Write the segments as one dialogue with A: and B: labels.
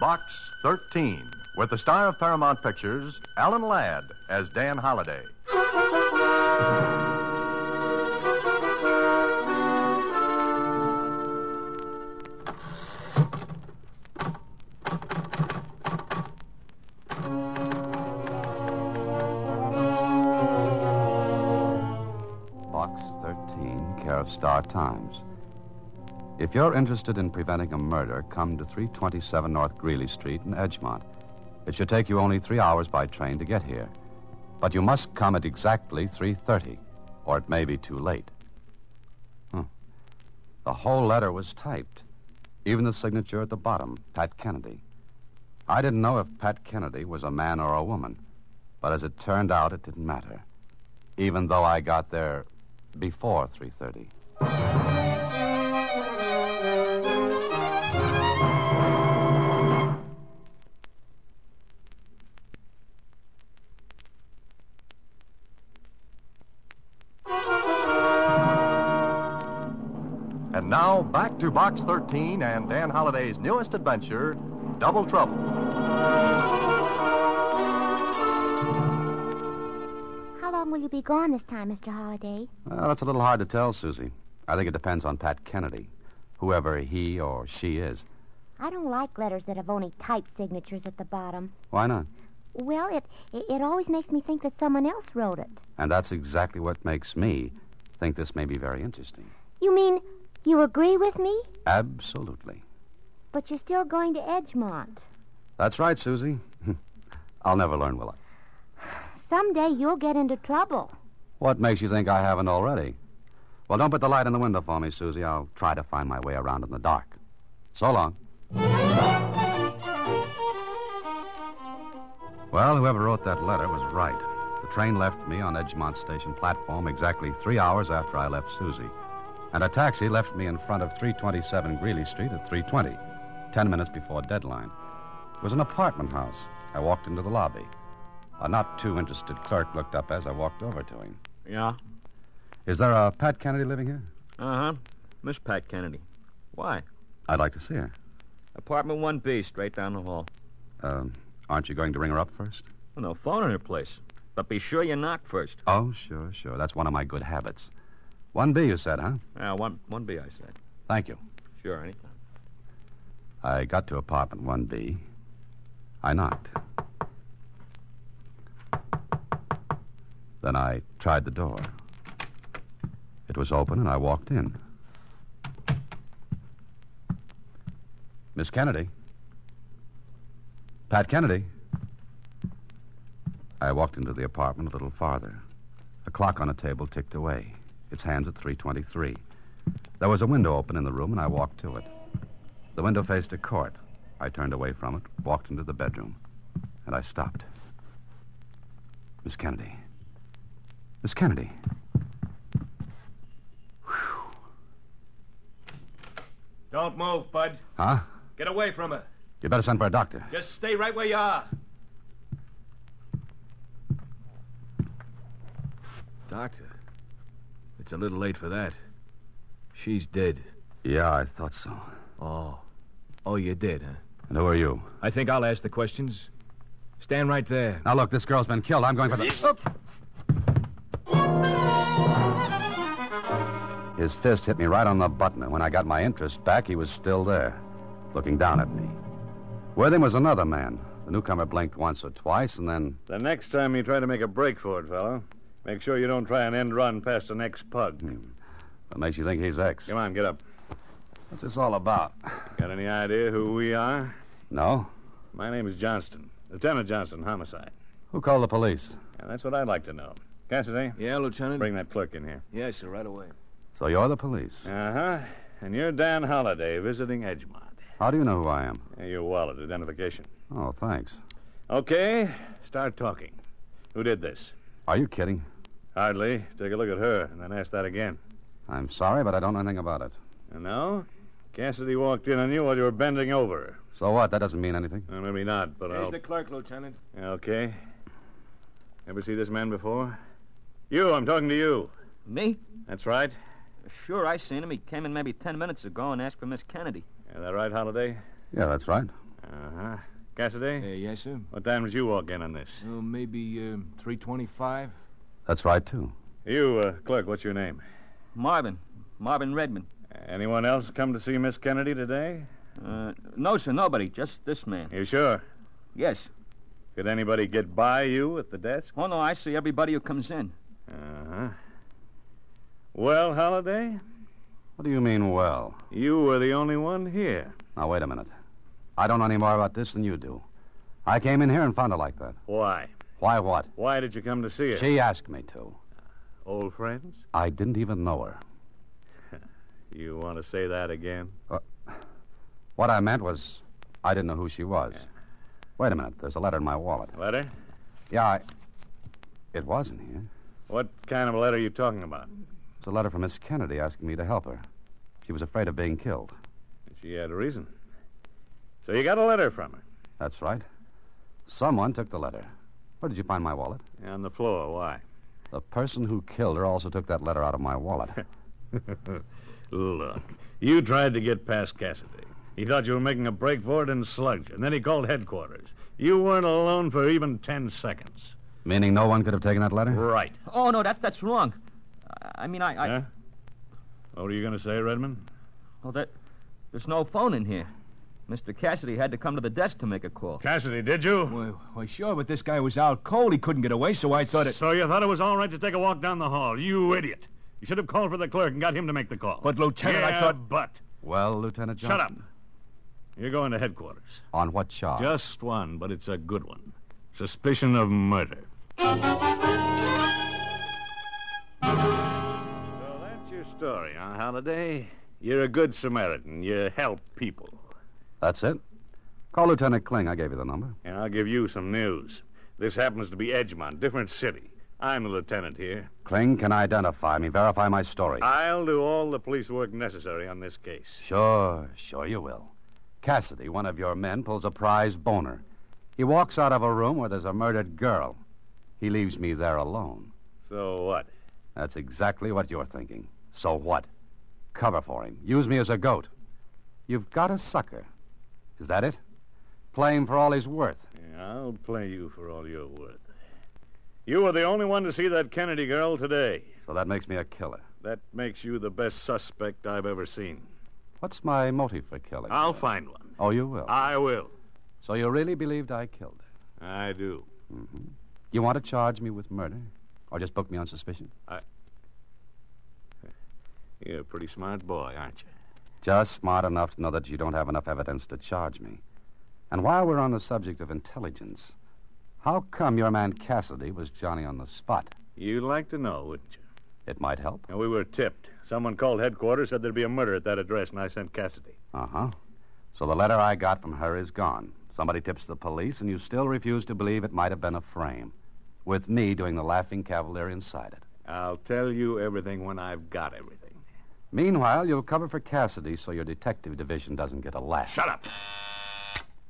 A: Box 13, with the star of Paramount Pictures, Alan Ladd, as Dan Holliday.
B: Box 13, care of Star Times. If you're interested in preventing a murder, come to 327 North Greeley Street in Edgemont. It should take you only three hours by train to get here. But you must come at exactly 3.30, or it may be too late. Huh. The whole letter was typed. Even the signature at the bottom, Pat Kennedy. I didn't know if Pat Kennedy was a man or a woman, but as it turned out, it didn't matter even though I got there before 3:30.
A: And now, back to Box 13 and Dan Holliday's newest adventure, Double Trouble.
C: How long will you be gone this time, Mr. Holliday?
B: Well, that's a little hard to tell, Susie. I think it depends on Pat Kennedy, whoever he or she is.
C: I don't like letters that have only type signatures at the bottom.
B: Why not?
C: Well, it, it, it always makes me think that someone else wrote it.
B: And that's exactly what makes me think this may be very interesting.
C: You mean you agree with me?
B: Absolutely.
C: But you're still going to Edgemont.
B: That's right, Susie. I'll never learn, will I?
C: Someday you'll get into trouble.
B: What makes you think I haven't already? Well, don't put the light in the window for me, Susie. I'll try to find my way around in the dark. So long. Well, whoever wrote that letter was right. The train left me on Edgemont Station platform exactly three hours after I left Susie. And a taxi left me in front of 327 Greeley Street at 320, ten minutes before deadline. It was an apartment house. I walked into the lobby. A not too interested clerk looked up as I walked over to him.
D: Yeah.
B: Is there a Pat Kennedy living here?
D: Uh huh. Miss Pat Kennedy. Why?
B: I'd like to see her.
D: Apartment 1B, straight down the hall.
B: Um, aren't you going to ring her up first?
D: Well, no phone in her place. But be sure you knock first.
B: Oh, sure, sure. That's one of my good habits. 1B, you said, huh?
D: Uh, one, 1B, I said.
B: Thank you.
D: Sure, anytime.
B: I got to apartment 1B. I knocked. Then I tried the door. It was open, and I walked in. Miss Kennedy. Pat Kennedy. I walked into the apartment a little farther. A clock on a table ticked away. Its hands at 3:23. There was a window open in the room and I walked to it. The window faced a court. I turned away from it, walked into the bedroom, and I stopped. Miss Kennedy. Miss Kennedy.
E: Don't move, Bud.
B: Huh?
E: Get away from her.
B: You better send for a doctor.
E: Just stay right where you are.
F: Doctor, it's a little late for that. She's dead.
B: Yeah, I thought so.
F: Oh. Oh, you're dead, huh?
B: And who are you?
F: I think I'll ask the questions. Stand right there.
B: Now look, this girl's been killed. I'm going for the. His fist hit me right on the button, and when I got my interest back, he was still there, looking down at me. With him was another man. The newcomer blinked once or twice, and then
G: The next time you try to make a break for it, fellow, make sure you don't try an end run past the next pug.
B: what makes you think he's ex?
G: Come on, get up.
B: What's this all about?
G: Got any idea who we are?
B: No?
G: My name is Johnston, Lieutenant Johnston, homicide.
B: Who called the police?
G: And that's what I'd like to know. Cassidy,
F: Yeah, Lieutenant?
G: bring that clerk in here.
F: Yes, sir, right away.
B: So you're the police.
G: Uh huh. And you're Dan Holliday, visiting Edgemont.
B: How do you know who I am?
G: And Your wallet, identification.
B: Oh, thanks.
G: Okay, start talking. Who did this?
B: Are you kidding?
G: Hardly. Take a look at her and then ask that again.
B: I'm sorry, but I don't know anything about it.
G: No? Cassidy walked in on you while you were bending over.
B: So what? That doesn't mean anything.
G: Well, maybe not, but I'll.
F: clerk, Lieutenant.
G: Okay. Ever see this man before? You, I'm talking to you.
D: Me?
G: That's right.
D: Sure, I seen him. He came in maybe ten minutes ago and asked for Miss Kennedy.
G: Is that right, Holiday?
B: Yeah, that's right.
G: Uh huh. Cassidy?
F: Uh, yes, sir.
G: What time did you walk in on this?
F: Oh, maybe uh, 325.
B: That's right, too.
G: You, uh, clerk, what's your name?
D: Marvin. Marvin Redmond.
G: Anyone else come to see Miss Kennedy today?
D: Uh, no, sir, nobody. Just this man.
G: You sure?
D: Yes.
G: Could anybody get by you at the desk?
D: Oh, no, I see everybody who comes in.
G: Uh huh. Well, Holiday,
B: What do you mean, well?
G: you were the only one here.
B: Now, wait a minute. I don't know any more about this than you do. I came in here and found her like that.
G: Why?
B: Why what?
G: Why did you come to see her?
B: She asked me to.
G: Old friends?
B: I didn't even know her.
G: You want to say that again?
B: What I meant was, I didn't know who she was. Wait a minute. There's a letter in my wallet.
G: Letter?
B: Yeah, I. It wasn't here.
G: What kind of a letter are you talking about?
B: It's a letter from Miss Kennedy asking me to help her. She was afraid of being killed.
G: She had a reason. So you got a letter from her.
B: That's right. Someone took the letter. Where did you find my wallet?
G: On the floor. Why?
B: The person who killed her also took that letter out of my wallet.
G: Look, you tried to get past Cassidy. He thought you were making a break for it and slugged you, and then he called headquarters. You weren't alone for even ten seconds.
B: Meaning no one could have taken that letter?
G: Right.
D: Oh, no, that, that's wrong. I- I mean, I. I
G: Huh? What were you going to say, Redmond?
D: Oh, that. There's no phone in here. Mr. Cassidy had to come to the desk to make a call.
G: Cassidy, did you?
F: Why, why, sure, but this guy was out cold. He couldn't get away, so I thought it.
G: So you thought it was all right to take a walk down the hall? You idiot. You should have called for the clerk and got him to make the call.
F: But, Lieutenant,
G: yeah,
F: I thought-
G: But.
B: Well, Lieutenant Johnson.
G: Shut up. You're going to headquarters.
B: On what charge?
G: Just one, but it's a good one. Suspicion of murder. So that's your story, huh, Holiday? You're a good Samaritan. You help people.
B: That's it. Call Lieutenant Kling. I gave you the number.
G: And I'll give you some news. This happens to be Edgemont, different city. I'm the lieutenant here.
B: Kling can identify me, verify my story.
G: I'll do all the police work necessary on this case.
B: Sure, sure you will. Cassidy, one of your men, pulls a prize boner. He walks out of a room where there's a murdered girl. He leaves me there alone.
G: So what?
B: That's exactly what you're thinking. So what? Cover for him. Use me as a goat. You've got a sucker. Is that it? Play him for all he's worth.
G: I'll play you for all you're worth. You were the only one to see that Kennedy girl today.
B: So that makes me a killer.
G: That makes you the best suspect I've ever seen.
B: What's my motive for killing?
G: I'll find one.
B: Oh, you will.
G: I will.
B: So you really believed I killed her?
G: I do.
B: You want to charge me with murder? Or just book me on suspicion?
G: You're a pretty smart boy, aren't you?
B: Just smart enough to know that you don't have enough evidence to charge me. And while we're on the subject of intelligence, how come your man Cassidy was Johnny on the spot?
G: You'd like to know, wouldn't you?
B: It might help.
G: And we were tipped. Someone called headquarters, said there'd be a murder at that address, and I sent Cassidy.
B: Uh huh. So the letter I got from her is gone. Somebody tips the police, and you still refuse to believe it might have been a frame, with me doing the laughing cavalier inside it.
G: I'll tell you everything when I've got everything.
B: Meanwhile, you'll cover for Cassidy so your detective division doesn't get a laugh.
G: Shut up!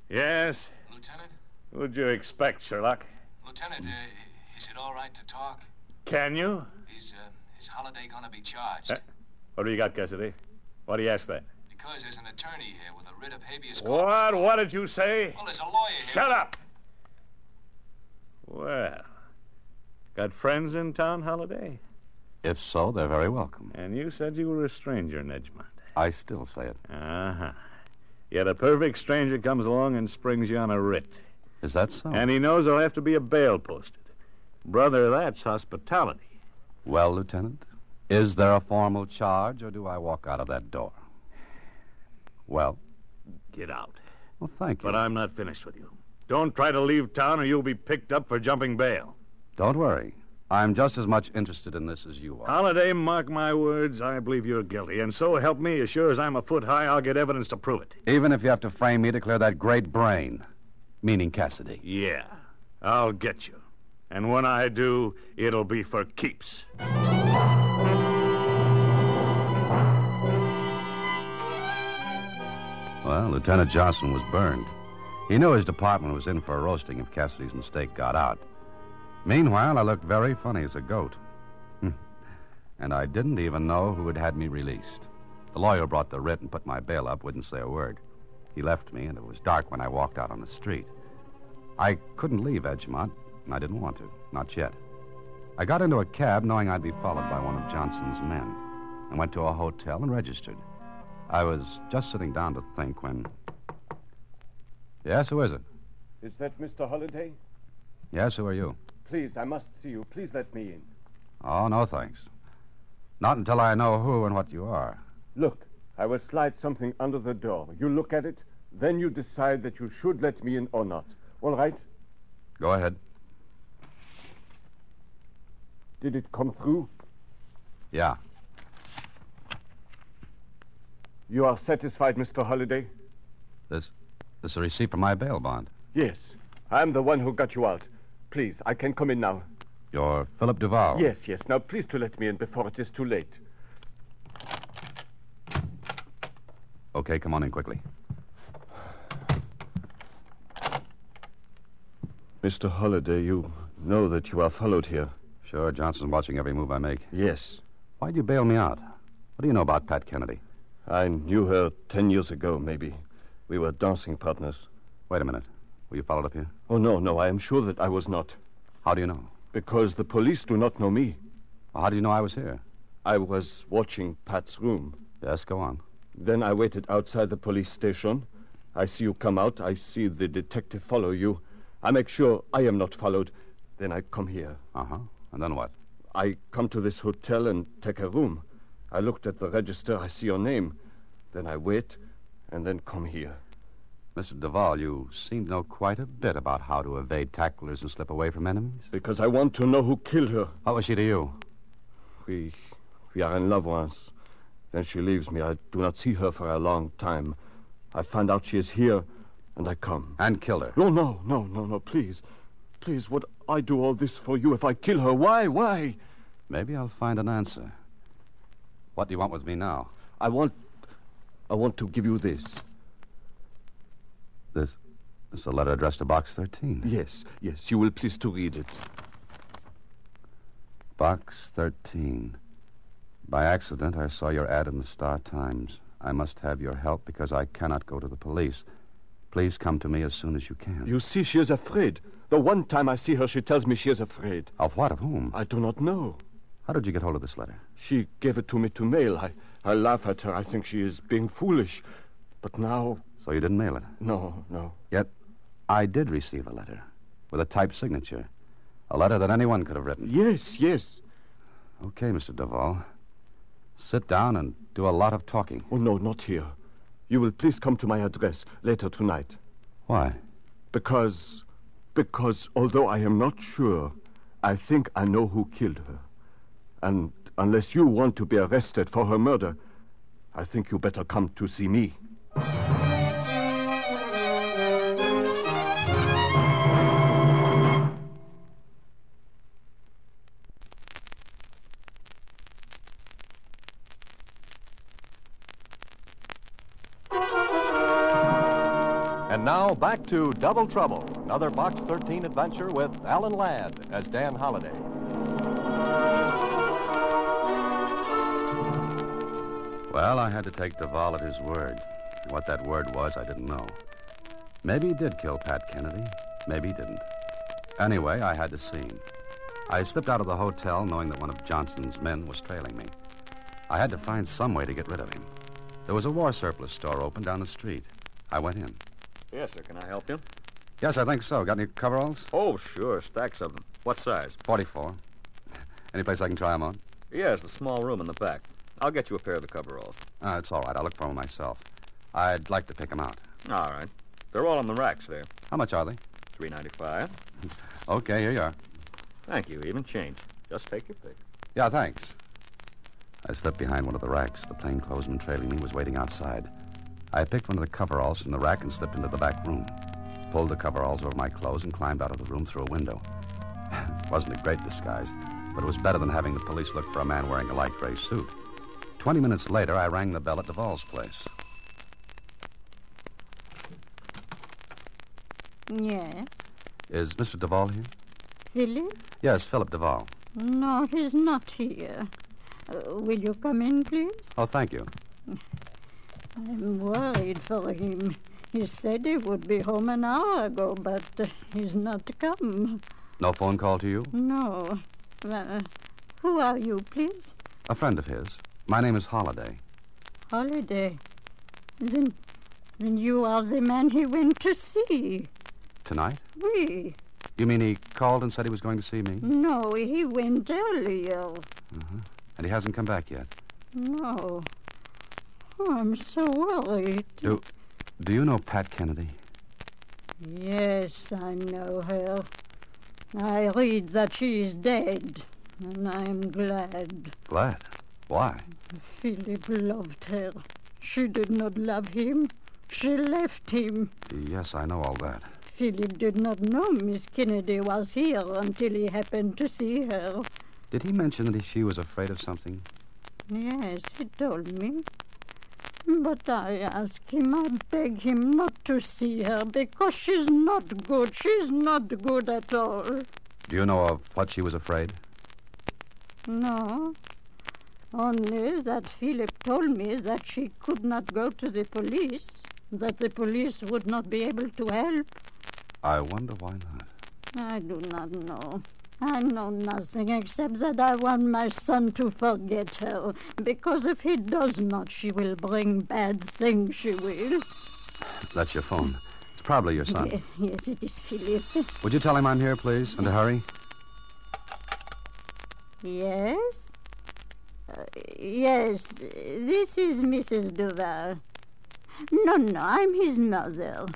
G: Yes?
H: Lieutenant?
G: What'd you expect, Sherlock?
H: Lieutenant, uh, is it all right to talk?
G: Can you?
H: Is, uh, is Holiday gonna be charged?
G: Eh? What do you got, Cassidy? Why do you ask that?
H: Because there's an attorney here with a writ of habeas corpus.
G: What? What did you say?
H: Well, there's a lawyer here.
G: Shut up! Well, got friends in town, Holiday?
B: If so, they're very welcome.
G: And you said you were a stranger in Edgemont.
B: I still say it.
G: Uh huh. Yet a perfect stranger comes along and springs you on a writ.
B: Is that so?
G: And he knows there'll have to be a bail posted. Brother, that's hospitality.
B: Well, Lieutenant, is there a formal charge, or do I walk out of that door? Well,
G: Get out.
B: well, thank you.
G: But I'm not finished with you. Don't try to leave town or you'll be picked up for jumping bail.
B: Don't worry. I'm just as much interested in this as you are.
G: Holiday, mark my words, I believe you're guilty. And so help me, as sure as I'm a foot high, I'll get evidence to prove it.
B: Even if you have to frame me to clear that great brain, meaning Cassidy.
G: Yeah, I'll get you. And when I do, it'll be for keeps.
B: Well, Lieutenant Johnson was burned. He knew his department was in for a roasting if Cassidy's mistake got out. Meanwhile, I looked very funny as a goat. Hmm. And I didn't even know who had had me released. The lawyer who brought the writ and put my bail up, wouldn't say a word. He left me, and it was dark when I walked out on the street. I couldn't leave Edgemont, and I didn't want to, not yet. I got into a cab knowing I'd be followed by one of Johnson's men, and went to a hotel and registered. I was just sitting down to think when. Yes, who is it?
I: Is that Mr. Holliday?
B: Yes, who are you?
I: Please, I must see you. Please let me in.
B: Oh, no thanks. Not until I know who and what you are.
I: Look, I will slide something under the door. You look at it, then you decide that you should let me in or not. All right?
B: Go ahead.
I: Did it come through?
B: Yeah.
I: You are satisfied, Mr. Holliday?
B: This this is a receipt for my bail bond.
I: Yes. I'm the one who got you out. Please, I can come in now.
B: You're Philip Duval.
I: Yes, yes. Now, please to let me in before it is too late.
B: Okay, come on in quickly.
I: Mr. Holliday, you know that you are followed here.
B: Sure, Johnson's watching every move I make.
I: Yes.
B: Why'd you bail me out? What do you know about Pat Kennedy?
I: I knew her ten years ago, maybe. We were dancing partners.
B: Wait a minute. Were you followed up here?
I: Oh, no, no. I am sure that I was not.
B: How do you know?
I: Because the police do not know me.
B: How do you know I was here?
I: I was watching Pat's room.
B: Yes, go on.
I: Then I waited outside the police station. I see you come out. I see the detective follow you. I make sure I am not followed. Then I come here.
B: Uh huh. And then what?
I: I come to this hotel and take a room. I looked at the register. I see your name. Then I wait, and then come here.
B: Mr. Duval, you seem to know quite a bit about how to evade tacklers and slip away from enemies.
I: Because I want to know who killed her.
B: What was she to you?
I: We, we are in love once. Then she leaves me. I do not see her for a long time. I find out she is here, and I come.
B: And killed her.
I: No, no, no, no, no, please. Please, would I do all this for you if I kill her? Why, why?
B: Maybe I'll find an answer. What do you want with me now?
I: I want. I want to give you this.
B: This, this is a letter addressed to Box 13.
I: Yes, yes, you will please to read it.
B: Box 13. By accident, I saw your ad in the Star Times. I must have your help because I cannot go to the police. Please come to me as soon as you can.
I: You see, she is afraid. The one time I see her, she tells me she is afraid.
B: Of what? Of whom?
I: I do not know.
B: How did you get hold of this letter?
I: She gave it to me to mail. I, I laugh at her. I think she is being foolish. But now,
B: So you didn't mail it.
I: no, no.
B: Yet, I did receive a letter with a typed signature. A letter that anyone could have written.
I: Yes, yes.
B: Okay, Mr. Duval. Sit down and do a lot of talking.
I: Oh, no, not here. You will please come to my address later tonight.
B: Why?
I: Because. Because although I am not sure, I think I know who killed her. And unless you want to be arrested for her murder, I think you better come to see me.
A: And now back to Double Trouble, another Box 13 adventure with Alan Ladd as Dan Holliday.
B: Well, I had to take Duval at his word. What that word was, I didn't know. Maybe he did kill Pat Kennedy. Maybe he didn't. Anyway, I had to see him. I slipped out of the hotel knowing that one of Johnson's men was trailing me. I had to find some way to get rid of him. There was a war surplus store open down the street. I went in.
D: Yes, sir. Can I help you?
B: Yes, I think so. Got any coveralls?
D: Oh, sure. Stacks of them. What size?
B: 44. any place I can try 'em on?
D: Yes, the small room in the back. I'll get you a pair of the coveralls.
B: Uh, it's all right. I'll look for 'em myself. I'd like to pick 'em out.
D: All right. They're all on the racks there.
B: How much are they?
D: Three ninety-five.
B: Okay, here you are.
D: Thank you. Even change. Just take your pick.
B: Yeah, thanks. I slipped behind one of the racks. The plainclothesman trailing me was waiting outside. I picked one of the coveralls from the rack and slipped into the back room. Pulled the coveralls over my clothes and climbed out of the room through a window. it wasn't a great disguise, but it was better than having the police look for a man wearing a light gray suit. Twenty minutes later, I rang the bell at Duval's place.
C: Yes.
B: Is Mr. Duval here?
C: Philip?
B: Yes, Philip Duval.
C: No, he's not here.
J: Uh, will you come in, please?
B: Oh, thank you.
J: I'm worried for him. He said he would be home an hour ago, but uh, he's not come.
B: No phone call to you?
J: No. Uh, who are you, please?
B: A friend of his. My name is Holiday.
J: Holiday. Then, then you are the man he went to see.
B: Tonight?
J: We.
B: You mean he called and said he was going to see me?
J: No, he went earlier.
B: Uh-huh. And he hasn't come back yet.
J: No. Oh, I'm so worried.
B: Do, do you know Pat Kennedy?
J: Yes, I know her. I read that she is dead, and I'm glad.
B: Glad. Why?
J: Philip loved her. She did not love him. She left him.
B: Yes, I know all that.
J: Philip did not know Miss Kennedy was here until he happened to see her.
B: Did he mention that she was afraid of something?
J: Yes, he told me. But I ask him, I beg him not to see her because she's not good. She's not good at all.
B: Do you know of what she was afraid?
J: No. Only that Philip told me that she could not go to the police, that the police would not be able to help.
B: I wonder why not.
J: I do not know. I know nothing except that I want my son to forget her, because if he does not, she will bring bad things, she will.
B: That's your phone. It's probably your son.
J: Ye- Yes, it is Philip.
B: Would you tell him I'm here, please, and to hurry?
J: Yes? Uh, yes, this is Mrs. Duval. No, no, I'm his mother.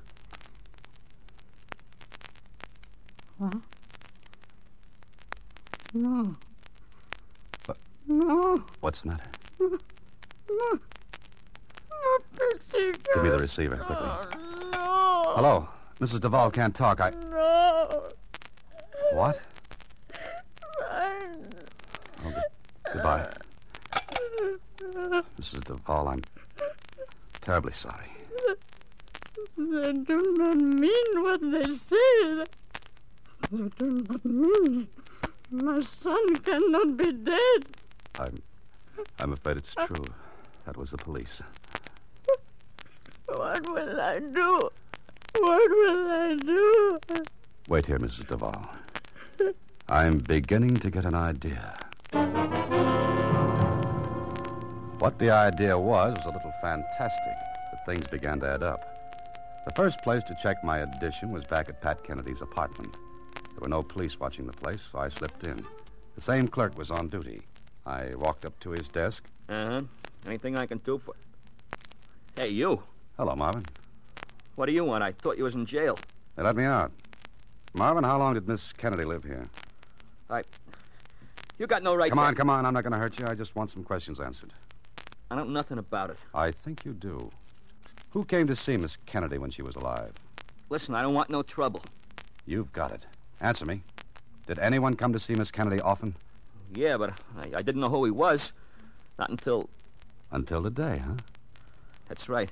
J: What? No.
B: What?
J: No,
B: What's the matter?
J: no. No, Petite.
B: Give me the receiver quickly.
J: No.
B: Hello, Mrs. Duval can't talk. I
J: No.
B: what? Oh, good- goodbye, Mrs. Duval. I'm terribly sorry.
J: They do not mean what they say. They do not mean it. My son cannot be dead.
B: I'm I'm afraid it's true. That was the police.
J: What will I do? What will I do?
B: Wait here, Mrs. Duval. I'm beginning to get an idea. What the idea was was a little fantastic, but things began to add up. The first place to check my addition was back at Pat Kennedy's apartment. There were no police watching the place, so I slipped in. The same clerk was on duty. I walked up to his desk.
D: Uh huh. Anything I can do for. Hey, you.
B: Hello, Marvin.
D: What do you want? I thought you was in jail.
B: They let me out. Marvin, how long did Miss Kennedy live here?
D: You got no right.
B: Come
D: to-
B: on, come on. I'm not going to hurt you. I just want some questions answered.
D: I don't know nothing about it.
B: I think you do. Who came to see Miss Kennedy when she was alive?
D: Listen, I don't want no trouble.
B: You've got it. Answer me. Did anyone come to see Miss Kennedy often?
D: Yeah, but I, I didn't know who he was. Not until.
B: Until today, huh?
D: That's right.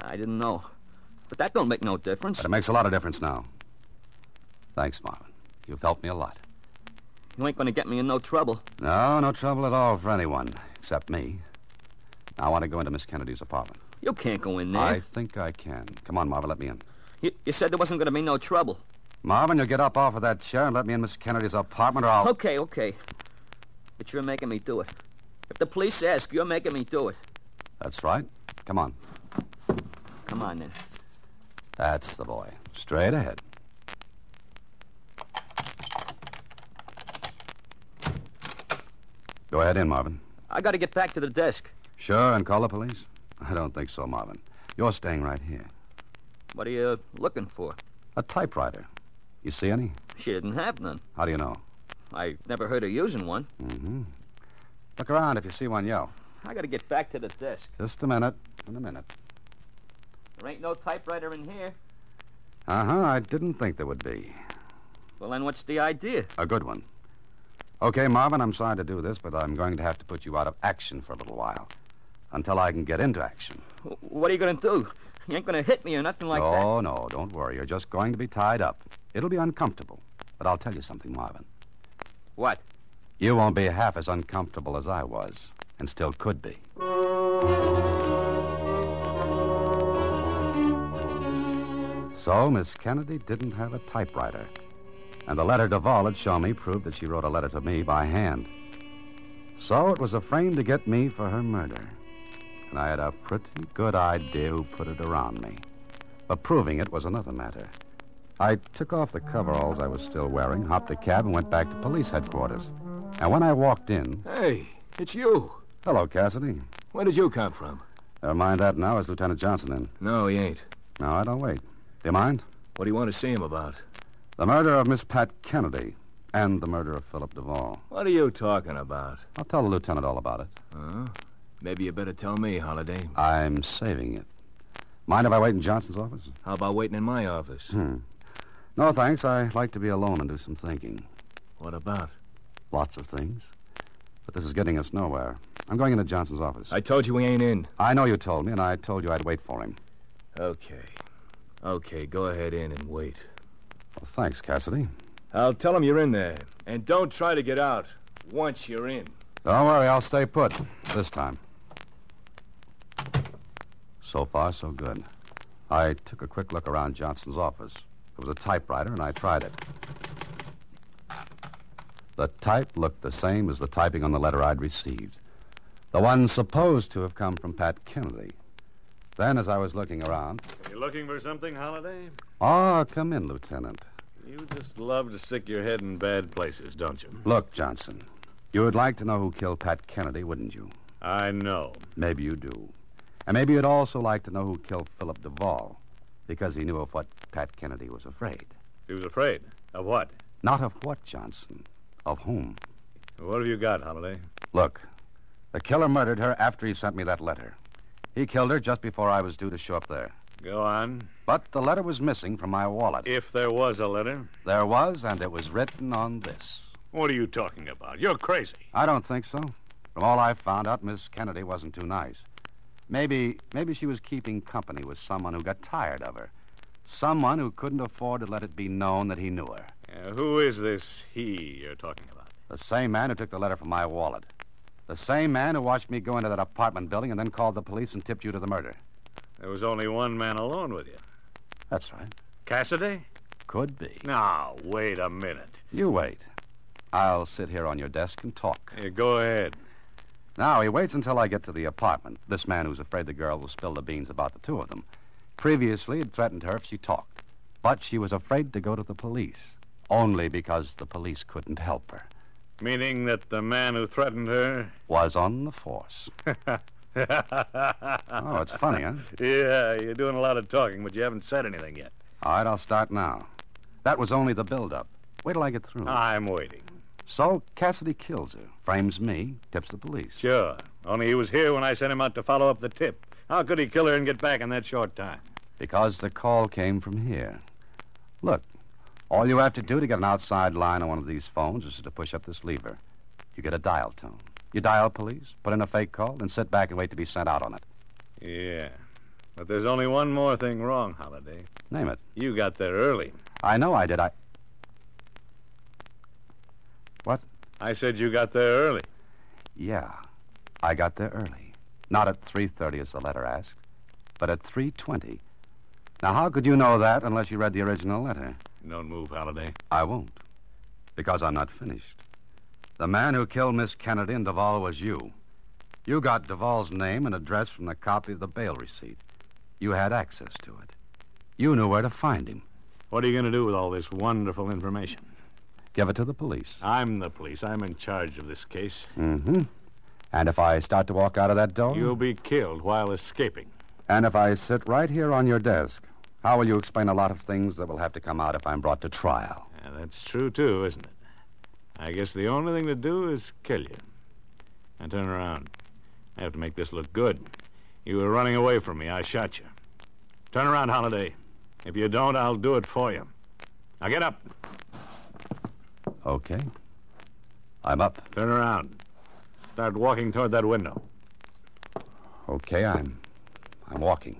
D: I didn't know. But that don't make no difference.
B: But it makes a lot of difference now. Thanks, Marvin. You've helped me a lot.
D: You ain't gonna get me in no trouble.
B: No, no trouble at all for anyone, except me. Now I want to go into Miss Kennedy's apartment.
D: You can't go in there.
B: I think I can. Come on, Marvin, let me in.
D: You, you said there wasn't gonna be no trouble.
B: Marvin, you'll get up off of that chair and let me in Miss Kennedy's apartment, or I'll.
D: Okay, okay. But you're making me do it. If the police ask, you're making me do it.
B: That's right. Come on.
D: Come on then.
B: That's the boy. Straight ahead. Go ahead in, Marvin.
D: I gotta get back to the desk.
B: Sure, and call the police? I don't think so, Marvin. You're staying right here.
D: What are you looking for?
B: A typewriter. You see any?
D: She didn't have none.
B: How do you know?
D: I never heard her using one.
B: Mm-hmm. Look around if you see one, yell.
D: I gotta get back to the desk.
B: Just a minute. In a minute.
D: There ain't no typewriter in here.
B: Uh-huh, I didn't think there would be.
D: Well, then what's the idea?
B: A good one. Okay, Marvin, I'm sorry to do this, but I'm going to have to put you out of action for a little while. Until I can get into action.
D: Wh- What are you gonna do? You ain't gonna hit me or nothing like
B: no,
D: that.
B: no, don't worry. You're just going to be tied up. It'll be uncomfortable. But I'll tell you something, Marvin.
D: What?
B: You won't be half as uncomfortable as I was, and still could be. So, Miss Kennedy didn't have a typewriter. And the letter Duvall had shown me proved that she wrote a letter to me by hand. So it was a frame to get me for her murder. And I had a pretty good idea who put it around me. But proving it was another matter. I took off the coveralls I was still wearing, hopped a cab, and went back to police headquarters. And when I walked in.
K: Hey, it's you.
B: Hello, Cassidy.
K: Where did you come from?
B: Never mind that now. Is Lieutenant Johnson in?
K: No, he ain't.
B: No, I don't wait. Do you mind?
K: What do you want to see him about?
B: The murder of Miss Pat Kennedy and the murder of Philip Duvall.
K: What are you talking about?
B: I'll tell the lieutenant all about it.
K: Huh? Maybe you better tell me, Holiday.
B: I'm saving it. Mind if I wait in Johnson's office?
K: How about waiting in my office?
B: Hmm. No, thanks. I like to be alone and do some thinking.
K: What about?
B: Lots of things. But this is getting us nowhere. I'm going into Johnson's office.
K: I told you we ain't in.
B: I know you told me, and I told you I'd wait for him.
K: Okay. Okay, go ahead in and wait.
B: Well, thanks, Cassidy.
K: I'll tell him you're in there. And don't try to get out once you're in.
B: Don't worry, I'll stay put this time. So far, so good. I took a quick look around Johnson's office. There was a typewriter, and I tried it. The type looked the same as the typing on the letter I'd received. The one supposed to have come from Pat Kennedy. Then, as I was looking around.
G: You looking for something, Holiday?
B: Ah, oh, come in, Lieutenant.
G: You just love to stick your head in bad places, don't you?
B: Look, Johnson, you would like to know who killed Pat Kennedy, wouldn't you?
G: I know.
B: Maybe you do. And maybe you'd also like to know who killed Philip Duvall, because he knew of what Pat Kennedy was afraid.
G: He was afraid? Of what?
B: Not of what, Johnson. Of whom?
G: What have you got, Holliday?
B: Look, the killer murdered her after he sent me that letter. He killed her just before I was due to show up there.
G: Go on.
B: But the letter was missing from my wallet.
G: If there was a letter?
B: There was, and it was written on this.
G: What are you talking about? You're crazy.
B: I don't think so. From all I found out, Miss Kennedy wasn't too nice. Maybe, maybe she was keeping company with someone who got tired of her. Someone who couldn't afford to let it be known that he knew her.
G: Uh, who is this he you're talking about?
B: The same man who took the letter from my wallet. The same man who watched me go into that apartment building and then called the police and tipped you to the murder.
G: There was only one man alone with you.
B: That's right.
G: Cassidy?
B: Could be.
G: Now, wait a minute.
B: You wait. I'll sit here on your desk and talk.
G: Here, go ahead.
B: Now, he waits until I get to the apartment. This man who's afraid the girl will spill the beans about the two of them. Previously, he'd threatened her if she talked. But she was afraid to go to the police, only because the police couldn't help her.
G: Meaning that the man who threatened her
B: was on the force. oh, it's funny, huh?
G: Yeah, you're doing a lot of talking, but you haven't said anything yet.
B: All right, I'll start now. That was only the build-up. Wait till I get through.
G: I'm waiting.
B: So Cassidy kills her, frames me, tips the police.
G: Sure. Only he was here when I sent him out to follow up the tip. How could he kill her and get back in that short time?
B: Because the call came from here. Look, all you have to do to get an outside line on one of these phones is to push up this lever. You get a dial tone. You dial police, put in a fake call, and sit back and wait to be sent out on it.
G: Yeah. But there's only one more thing wrong, Holiday.
B: Name it.
G: You got there early.
B: I know I did. I. What?
G: I said you got there early.
B: Yeah. I got there early. Not at 3:30 as the letter asked, but at 3:20. Now how could you know that unless you read the original letter?
G: Don't move, Holiday.
B: I won't. Because I'm not finished. The man who killed Miss Kennedy and Duvall was you. You got Duvall's name and address from the copy of the bail receipt. You had access to it. You knew where to find him.
G: What are you going to do with all this wonderful information?
B: Give it to the police.
G: I'm the police. I'm in charge of this case.
B: Mm hmm. And if I start to walk out of that door?
G: You'll be killed while escaping.
B: And if I sit right here on your desk, how will you explain a lot of things that will have to come out if I'm brought to trial?
G: Yeah, that's true, too, isn't it? I guess the only thing to do is kill you. Now turn around. I have to make this look good. You were running away from me. I shot you. Turn around, Holiday. If you don't, I'll do it for you. Now get up.
B: Okay. I'm up.
G: Turn around. Start walking toward that window.
B: Okay, I'm I'm walking.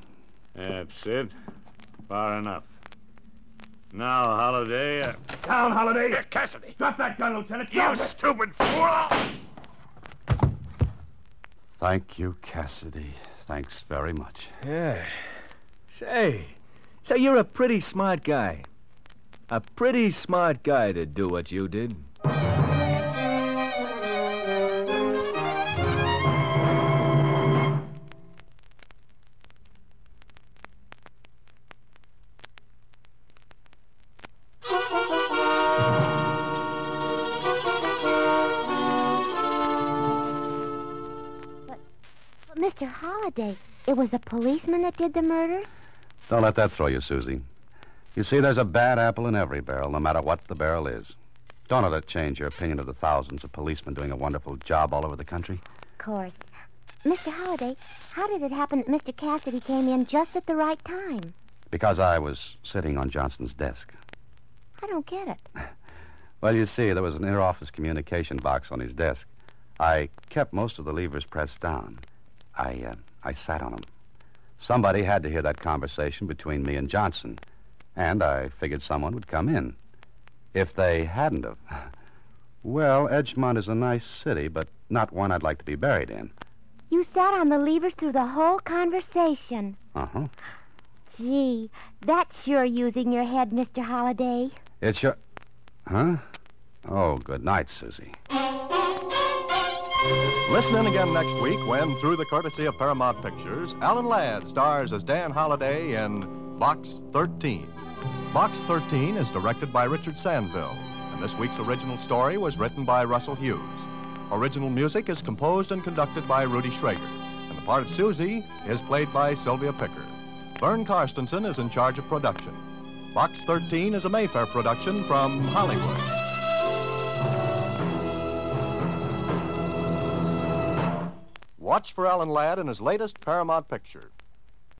G: That's it. Far enough.
L: Now, Holiday. uh,
M: Down, Holiday.
L: Here, Cassidy.
M: Drop that gun, Lieutenant.
L: You stupid fool!
B: Thank you, Cassidy. Thanks very much.
D: Yeah. Say, so you're a pretty smart guy. A pretty smart guy to do what you did.
C: But Mr. Holliday, it was a policeman that did the murders?
B: Don't let that throw you, Susie. You see, there's a bad apple in every barrel, no matter what the barrel is. Don't let it change your opinion of the thousands of policemen doing a wonderful job all over the country.
C: Of course. Mr. Holliday, how did it happen that Mr. Cassidy came in just at the right time?
B: Because I was sitting on Johnson's desk.
C: I don't get it.
B: Well, you see, there was an inter office communication box on his desk. I kept most of the levers pressed down. I, uh, I sat on them. Somebody had to hear that conversation between me and Johnson, and I figured someone would come in. If they hadn't have. Well, Edgemont is a nice city, but not one I'd like to be buried in.
C: You sat on the levers through the whole conversation.
B: Uh huh.
C: Gee, that's sure using your head, Mr. Holliday.
B: It's your. Huh? Oh, good night, Susie.
G: Listen in again next week when, through the courtesy of Paramount Pictures, Alan Ladd stars as Dan Holliday in Box 13. Box 13 is directed by Richard Sandville, and this week's original story was written by Russell Hughes. Original music is composed and conducted by Rudy Schrager, and the part of Susie is played by Sylvia Picker. Vern Karstensen is in charge of production. Box 13 is a Mayfair production from Hollywood. Watch for Alan Ladd in his latest Paramount picture,